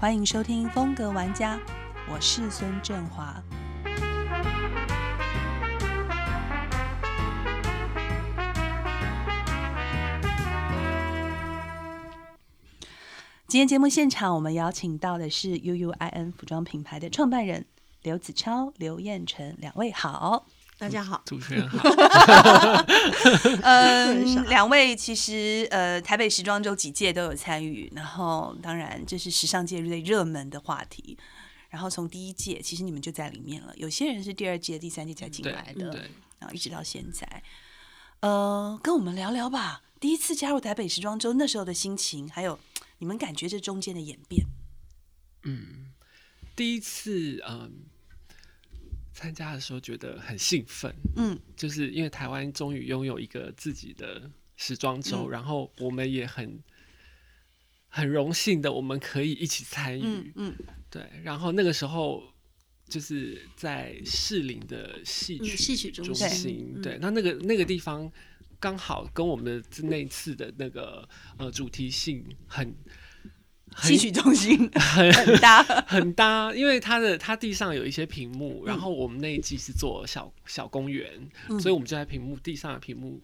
欢迎收听《风格玩家》，我是孙振华。今天节目现场，我们邀请到的是 UUIN 服装品牌的创办人刘子超、刘彦辰两位好。大家好，主持 人好，很少 嗯，两位其实呃，台北时装周几届都有参与，然后当然这是时尚界最热门的话题。然后从第一届，其实你们就在里面了，有些人是第二届、第三届才进对来的，对，然后一直到现在。呃，跟我们聊聊吧，第一次加入台北时装周那时候的心情，还有你们感觉这中间的演变。嗯，第一次嗯参加的时候觉得很兴奋，嗯就是因为台湾终于拥有一个自己的时装周，嗯然后我们也很很荣幸的，我们可以一起参与，嗯嗯，对，然后那个时候就是在士林的戏嗯曲戏曲中中心嗯对，那那个那个地方刚好跟我们的那一次的那个呃主题性很很戏曲中 心很大，很搭，因为它的它地上有一些屏幕，然后我们那一季是做小小公园，嗯所以我们就在屏幕地上的屏幕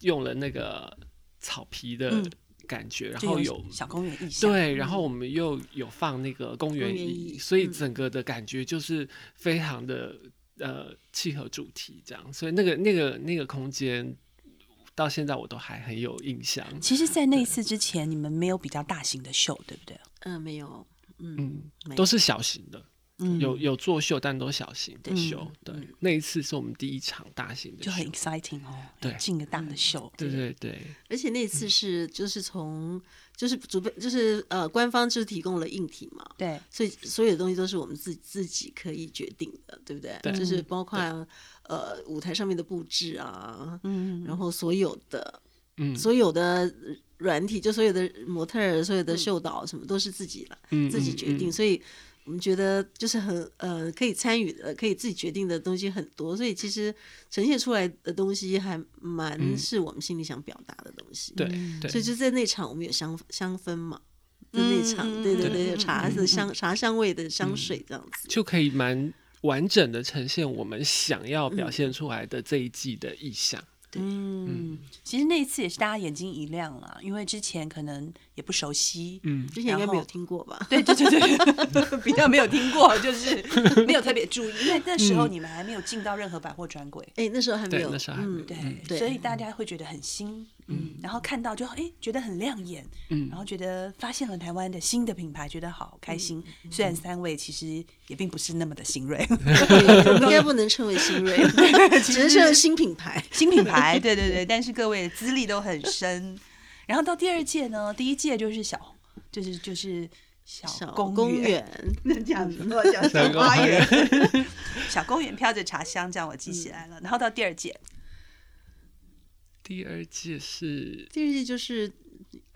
用了那个草皮的嗯感觉，然就后有有小公园意象。对，然后我们又有放那个公园公园椅，椅所以嗯整个的感觉就是非常的呃契合主题这样，所以那个那个那个空间到现在我都还很有印象。其实，在那一次之前，你们没有比较大型的秀，对不对？嗯，没有，嗯，嗯没，都是小型的，嗯，有有作秀，但都小型的嗯秀。对，那一次是我们第一场大型的就秀很，exciting 哦，对嗯进个大的秀，对对对，而且那次是就是从就是主办就是呃官方就提供了硬体嘛，对，所以所有的东西都是我们自己自己可以决定的，对不对？对就是包括呃舞台上面的布置啊，嗯，然后所有的嗯所有的软体，就所有的模特儿、所有的秀导什么都是自己了，嗯自己决定，嗯嗯所以。我们觉得就是很呃可以参与的、可以自己决定的东西很多，所以其实呈现出来的东西还蛮嗯是我们心里想表达的东西。对嗯所以对就在那场我们有香香氛嘛，在嗯那场，嗯对对嗯对，嗯有茶嗯的香、茶香味的香水这样子。就可以蛮完整的呈现我们想要表现出来的这一季的意象。嗯，其实那一次也是大家眼睛一亮了，因为之前可能也不熟悉，嗯之前应该没然有后听过吧？对对对 对， 比较没有听过，就是没有特别注意，因为那嗯时候你们还没有进到任何百货专柜，哎，那时候还没对有，那时候还没有嗯对，对所以大家会觉得很新，嗯，然后看到就哎觉得很亮眼，嗯然后觉得发现了台湾的新的品牌，觉得好开心。嗯虽然三位其实也并不是那么的新 锐，对我们应该不能称为新锐， 只能称为新品牌。新品 牌，对对对，但是各位的资历都很深。然后到第二届呢，第一届就是小，就是就是小小公公园，园， 那这样子，我讲小花园， 嗯小公园飘着茶香，这样我记起来了。然后到第二届，第二季是第二季就是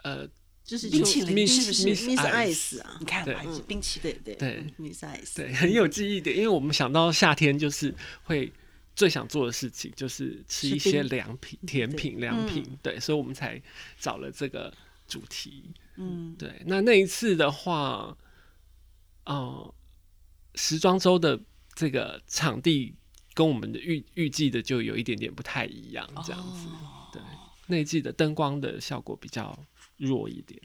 呃就是冰就淇淋是不是 Miss Miss Ice 啊你？看对还是冰淇淋，对嗯对对，Miss Ice，对，很有记忆点，因为我们想到夏天就是会最想做的事情就是吃吃一些冰嗯凉品、甜品、凉品，对，所以我们才找了这个主题。嗯，对，那那一次的话，嗯、时装周的这个场地跟我们的预预计的就有一点点不太一样，这样子。哦对，那一季的灯光的效果比较弱一点。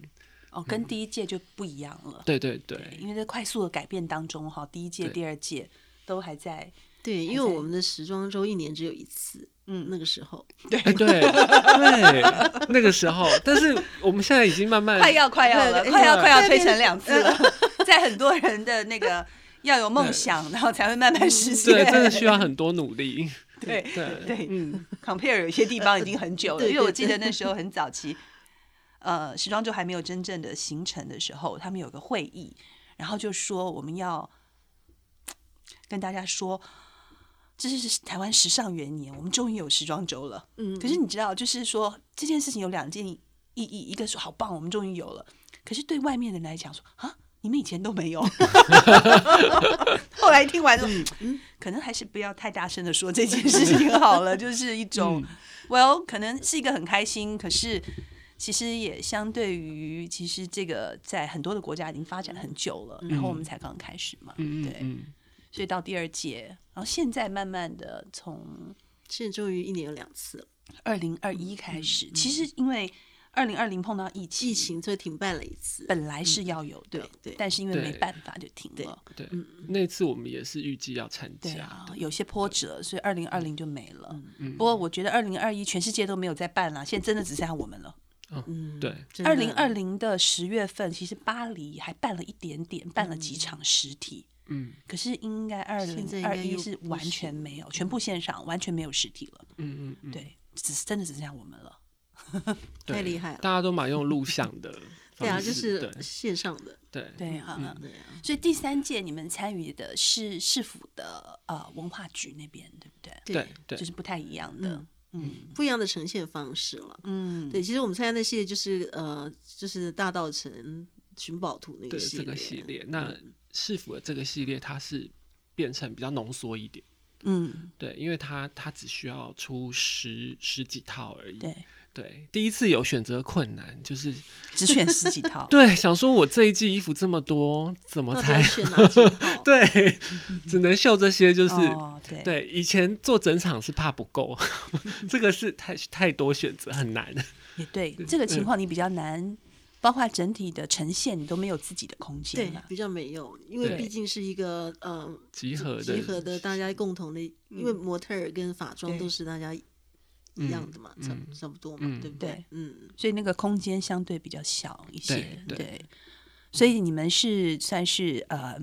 哦，跟第一届就不一样了。对对嗯对，因为在快速的改变当中，哈，第一届、对第二届都还在，对，因为在我们的时装周一年只有一次，嗯那个时候哎，对对，那个时候，但是我们现在已经慢慢快要快要了，对快要对快要推成两次了， 在很多人的那个要有梦想，然后才会慢慢实现。对，真的需要很多努 力。对对对嗯， compare 有些地方已经很久了，对对因为我记得那时候很早期，呃，时装周还没有真正的形成的时候，他们有个会议，然后就说我们要跟大家说。这是台湾时尚元年，我们终于有时装周了。嗯可是你知道，就是说这件事情有两件意义，一个说好棒，我们终于有了；可是对外面的人来讲说啊，你们以前都没 有。 后来听嗯完说，嗯可能还是不要太大声的说这件事情好了，就是一种、well，可能是一个很开心，可是其实也相对于，其实这个在很多的国家已经发展很久了，然后我们才刚开始嘛，嗯嗯对，嗯，所以到第二届，然后现在慢慢的从现在终于一年有两次了，二零二一开始，其实因为二零二零碰到疫情，嗯疫情所以停办了一次。本来是要有的，对对嗯但是因为对没办法就停对了，对，那次我们也是预计要参对加啊，的，有些波折，所以嗯二零二零就没了。不过我觉得二零二一全世界都没有在办啦，现在真的只剩下我们了。嗯，对，真的二零二零的十月份，其实巴黎还办了一点点，办了几场实体，嗯可是应该二嗯现在零应二该一又是不嗯完是全没有，全部线上，完全没有实体了。嗯嗯嗯，对，只真的只剩下我们了。对太厉害了大家都蛮用录像的 对啊，方就式，是线上的，对对，对啊，对啊，所以第三届你们参与的是市府的呃文化局那边，对不对？对对就是不太一样的。嗯不一样的呈现方式了。嗯，对，其实我们参加那系列就是呃，就是大道城寻宝图那个对系这列，嗯个系列，那市府的这个系列它是变成比较浓缩一点，嗯，对，因为它它只需要出十十几套而已，对，对，第一次有选择困难，就是。只选十几套 对想说我这一季衣服这么多，怎么到底才要选哪几套？ 对，只能秀这些，就是、哦，对对，以前做整场是怕不够， 这个是太太多选择很难。也对，嗯这个情况你比较难，包括整体的呈现，你都没有自己的空间对了，。比较没用，因为对毕竟是一个呃集合的嗯集合的大家共同的，因为模特儿跟法妆对都是大家一样的嘛，差不差不多嘛嗯，对不对对？嗯，所以那个空间相对比较小一些。对对所以你们是算是呃，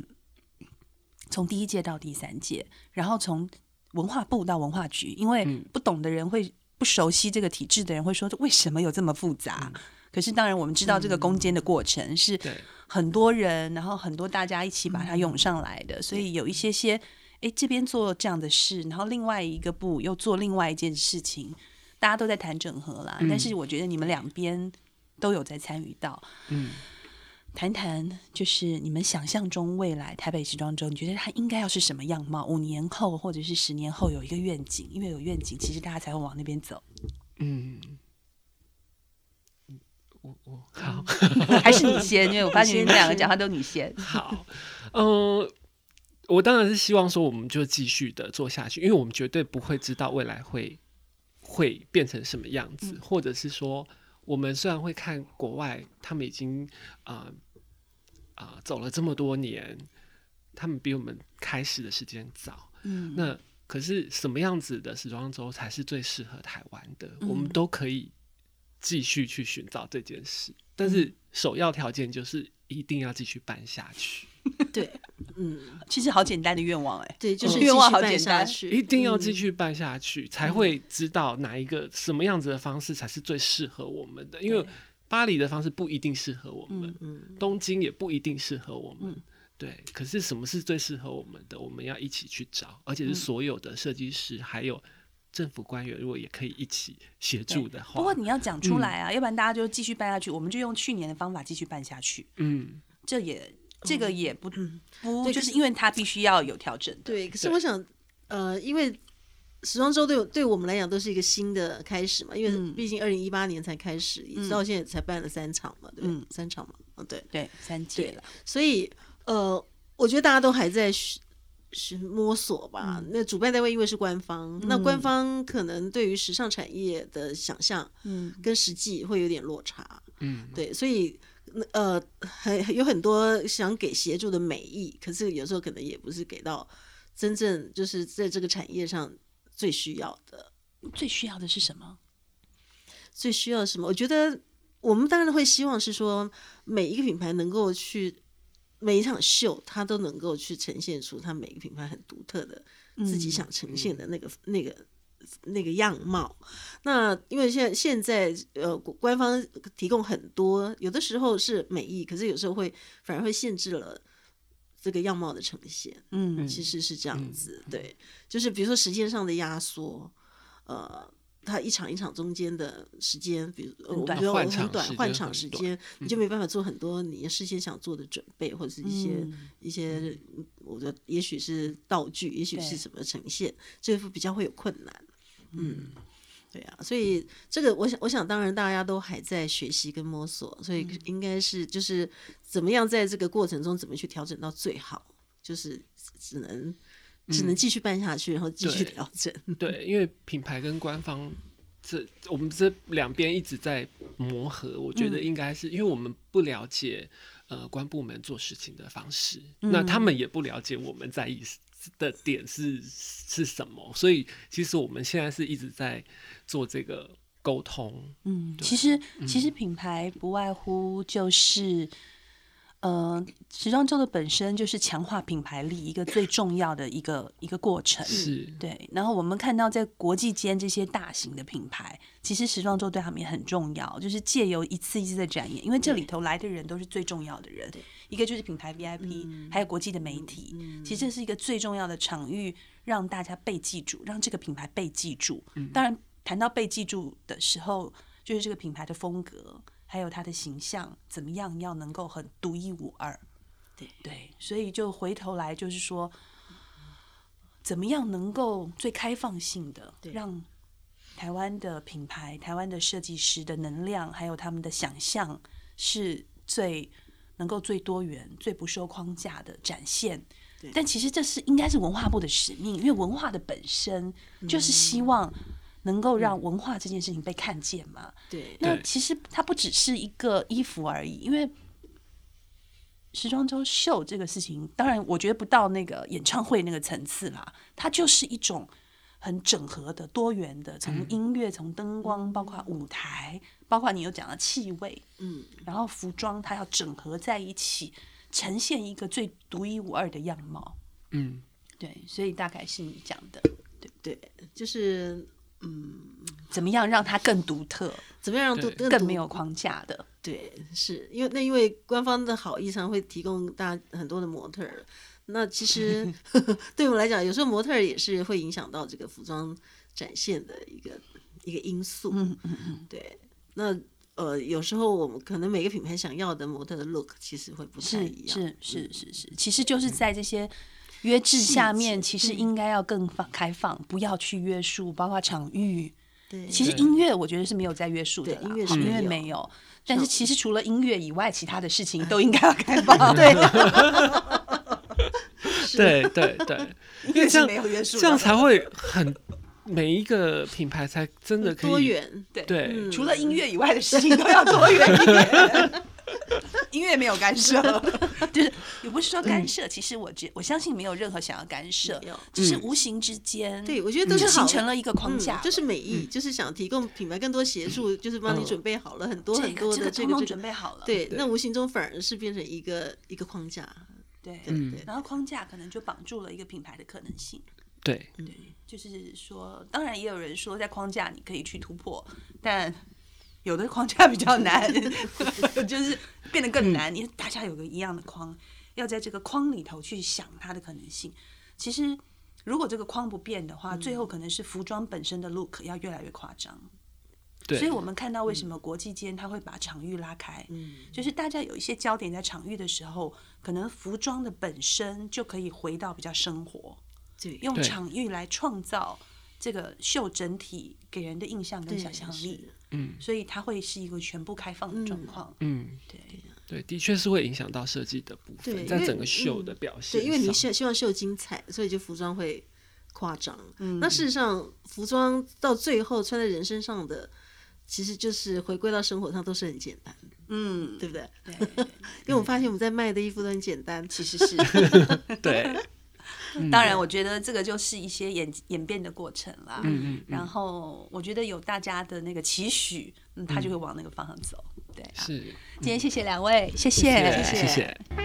从第一届到第三届，然后从文化部到文化局，因为嗯不懂的人会不熟悉这个体制的人会说，为什么有这么复杂？可是当然，我们知道这个攻坚的过程是嗯对很多人，然后很多大家一起把它涌上来的，所以有一些些，哎，这边做这样的事，然后另外一个部又做另外一件事情，大家都在谈整合啦。但是我觉得你们两边都有在参与到，嗯，谈谈就是你们想象中未来台北时装周，你觉得它应该要是什么样貌？五年后或者是十年后有一个愿景，因为有愿景，其实大家才会往那边走。嗯，我我好还是你先，因为我发现你们两个讲话都你先。好，嗯、我当然是希望说我们就继续的做下去，因为我们绝对不会知道未来会会变成什么样子，或者是说我们虽然会看国外，他们已经啊啊、呃走了这么多年，他们比我们开始的时间早，嗯，那可是什么样子的时装周才是最适合台湾的？我们都可以继续去寻找这件事，但是首要条件就是一定要继续办下去，对，嗯，其实好简单的愿望哎、 对，哦就是愿望继续好办简下单去嗯一定要继续办下去，才会知道哪一个什么样子的方式才是最适合我们的。因为巴黎的方式不一定适合我们，嗯东京也不一定适合我们。嗯对，可是什么是最适合我们的？我们要一起去找，而且嗯是所有的设计师、还有政府官员，如果也可以一起协助的话，不过你要讲出来啊，要不然大家就继续办下去，我们就用去年的方法继续办下去。嗯，这也这个也不、不，对就可是是因为它必须要有调整的。对，可是对我想，呃，因为时装周对我对我们来讲都是一个新的开始嘛，因为嗯毕竟二零一八年才开始，嗯一直到现在才办了三场嘛，对不对，嗯三场嘛，嗯，对，对，三届了，所以呃，我觉得大家都还在寻寻摸索吧。那主办单位因为是官方，那官方可能对于时尚产业的想象嗯跟实际会有点落差，嗯，对，所以。呃，很有很多想给协助的美意，可是有时候可能也不是给到真正就是在这个产业上最需要的。最需要的是什么？最需要什么？我觉得我们当然会希望是说，每一个品牌能够去每一场秀，它都能够去呈现出它每一个品牌很独特的嗯自己想呈现的那个、那个。那个样貌，那因为现在现在呃，官方提供很多，有的时候是美意，可是有时候会反而会限制了这个样貌的呈现。嗯其实是这样子，对，就是比如说时间上的压缩，呃，它一场一场中间的时间，比如呃我短们觉得我换们很场短时，间换很场时短嗯间，你就没办法做很多你事先想做的准备，或者是一些、嗯嗯一些，我觉得也许是道具，也许对是什么呈现，这会比较会有困难。嗯对啊，所以这个我想，我想当然大家都还在学习跟摸索，所以应该是就是怎么样在这个过程中怎么去调整到最好，就是只能只能继续办下去，然后继续对调整。对，因为品牌跟官方这我们这两边一直在磨合，我觉嗯得应该是、因为我们不了解呃官部门做事情的方式，嗯那他们也不了解我们在意的点是是什么，所以其实我们现在是一直在做这个沟通，嗯，对其实其实品牌不外乎就是，呃，时装周的本身就是强化品牌力一个最重要的一个一个过程。是对，然后我们看到在国际间这些大型的品牌，其实时装周对他们也很重要，就是借由一次一次的展演，因为这里头来的人都是最重要的人，一个就是品牌 VIP，、还有国际的媒体，其实这是一个最重要的场域，让大家被记住，让这个品牌被记住。当然，谈到被记住的时候，就是这个品牌的风格，还有它的形象，怎么样要能够很独一无二。对对，所以就回头来就是说，怎么样能够最开放性的对让台湾的品牌、台湾的设计师的能量，还有他们的想象，是最能够最多元、最不受框架的展现对。但其实这是应该是文化部的使命，因为文化的本身嗯就是希望能够让文化这件事情被看见嘛。对那对其实它不只是一个衣服而已，因为时装周秀这个事情，当然我觉得不到那个演唱会那个层次啦，它就是一种很整合的、多元的，从音乐、从灯光，包括舞台，包括你有讲到气味，嗯，然后服装，它要整合在一起，呈现一个最独一无二的样貌。嗯，对，所以大概是你讲的，对，就是怎么样让它更独特、怎么样让都对更更独没有框架的。对，是因为那因为官方的好意上会提供大家很多的模特儿，那 其实对我们来讲，有时候模特儿也是会影响到这个服装展现的一个一个因素。嗯嗯嗯，对，那呃有时候我们可能每个品牌想要的模特的 look 其实会不太是一样。是是是是，其实就是在这些约制下面，其实应该要更放开放，不要去约束，包括场域。对，其实对音乐我觉得是没有在约束的对啦，音乐是哦音没乐有没有。但是其实除了音乐以外，其他的事情都应该要开放。 对，对对对，音因为乐 这是样没有约束这样的。才会很每一个品牌才真的可以多元。对，对。嗯除了音乐以外的事情都要多元一点。 音乐没有干涉， 嗯就是也不是说干涉，其实我觉我相信没有任何想要干涉没有，只是无形之间，对，我觉得就都是好形成了一个框架嗯，就是美意，就是想提供品牌更多协助，就是帮你嗯准备好了很多这很个多这的个这通个通这准个，备好了。对，对那无形中反而是变成一个一个框架，对对对。然后框架可能就绑住了一个品牌的可能性。对，嗯就是说，当然也有人说在框架你可以去突破，但有的框架比较难， 就是变得嗯更难。你大家有个一样的框，要在这个框里头去想它的可能性。其实如果这个框不变的话，嗯最后可能是服装本身的 look 要越来越夸张。对所以我们看嗯到为什么国际间它会把场域拉开，就是大家有一些焦点在场域的时候，可能服装的本身就可以回到比较生活，对，用对场域来创造这个秀整体给人的印象跟对想象力，嗯所以它会是一个全部开放的状况。嗯，对，对，的确是会影响到设计的部对分，因在为嗯整个秀的表现对，因为你上希希望秀精彩，所以就服装会夸张。那事实上，服装到最后穿在人身上的，其实就是回归到生活上都是很简单的，嗯，对不对？对，因为我发现我们在卖的衣服都很简单，其实是。 对，嗯当然，我觉得这个就是一些演演变的过程啦。嗯嗯然后我觉得有大家的那个期许，嗯，他就会往那个方向走。对啊，是，今天谢谢两位，谢谢，谢谢。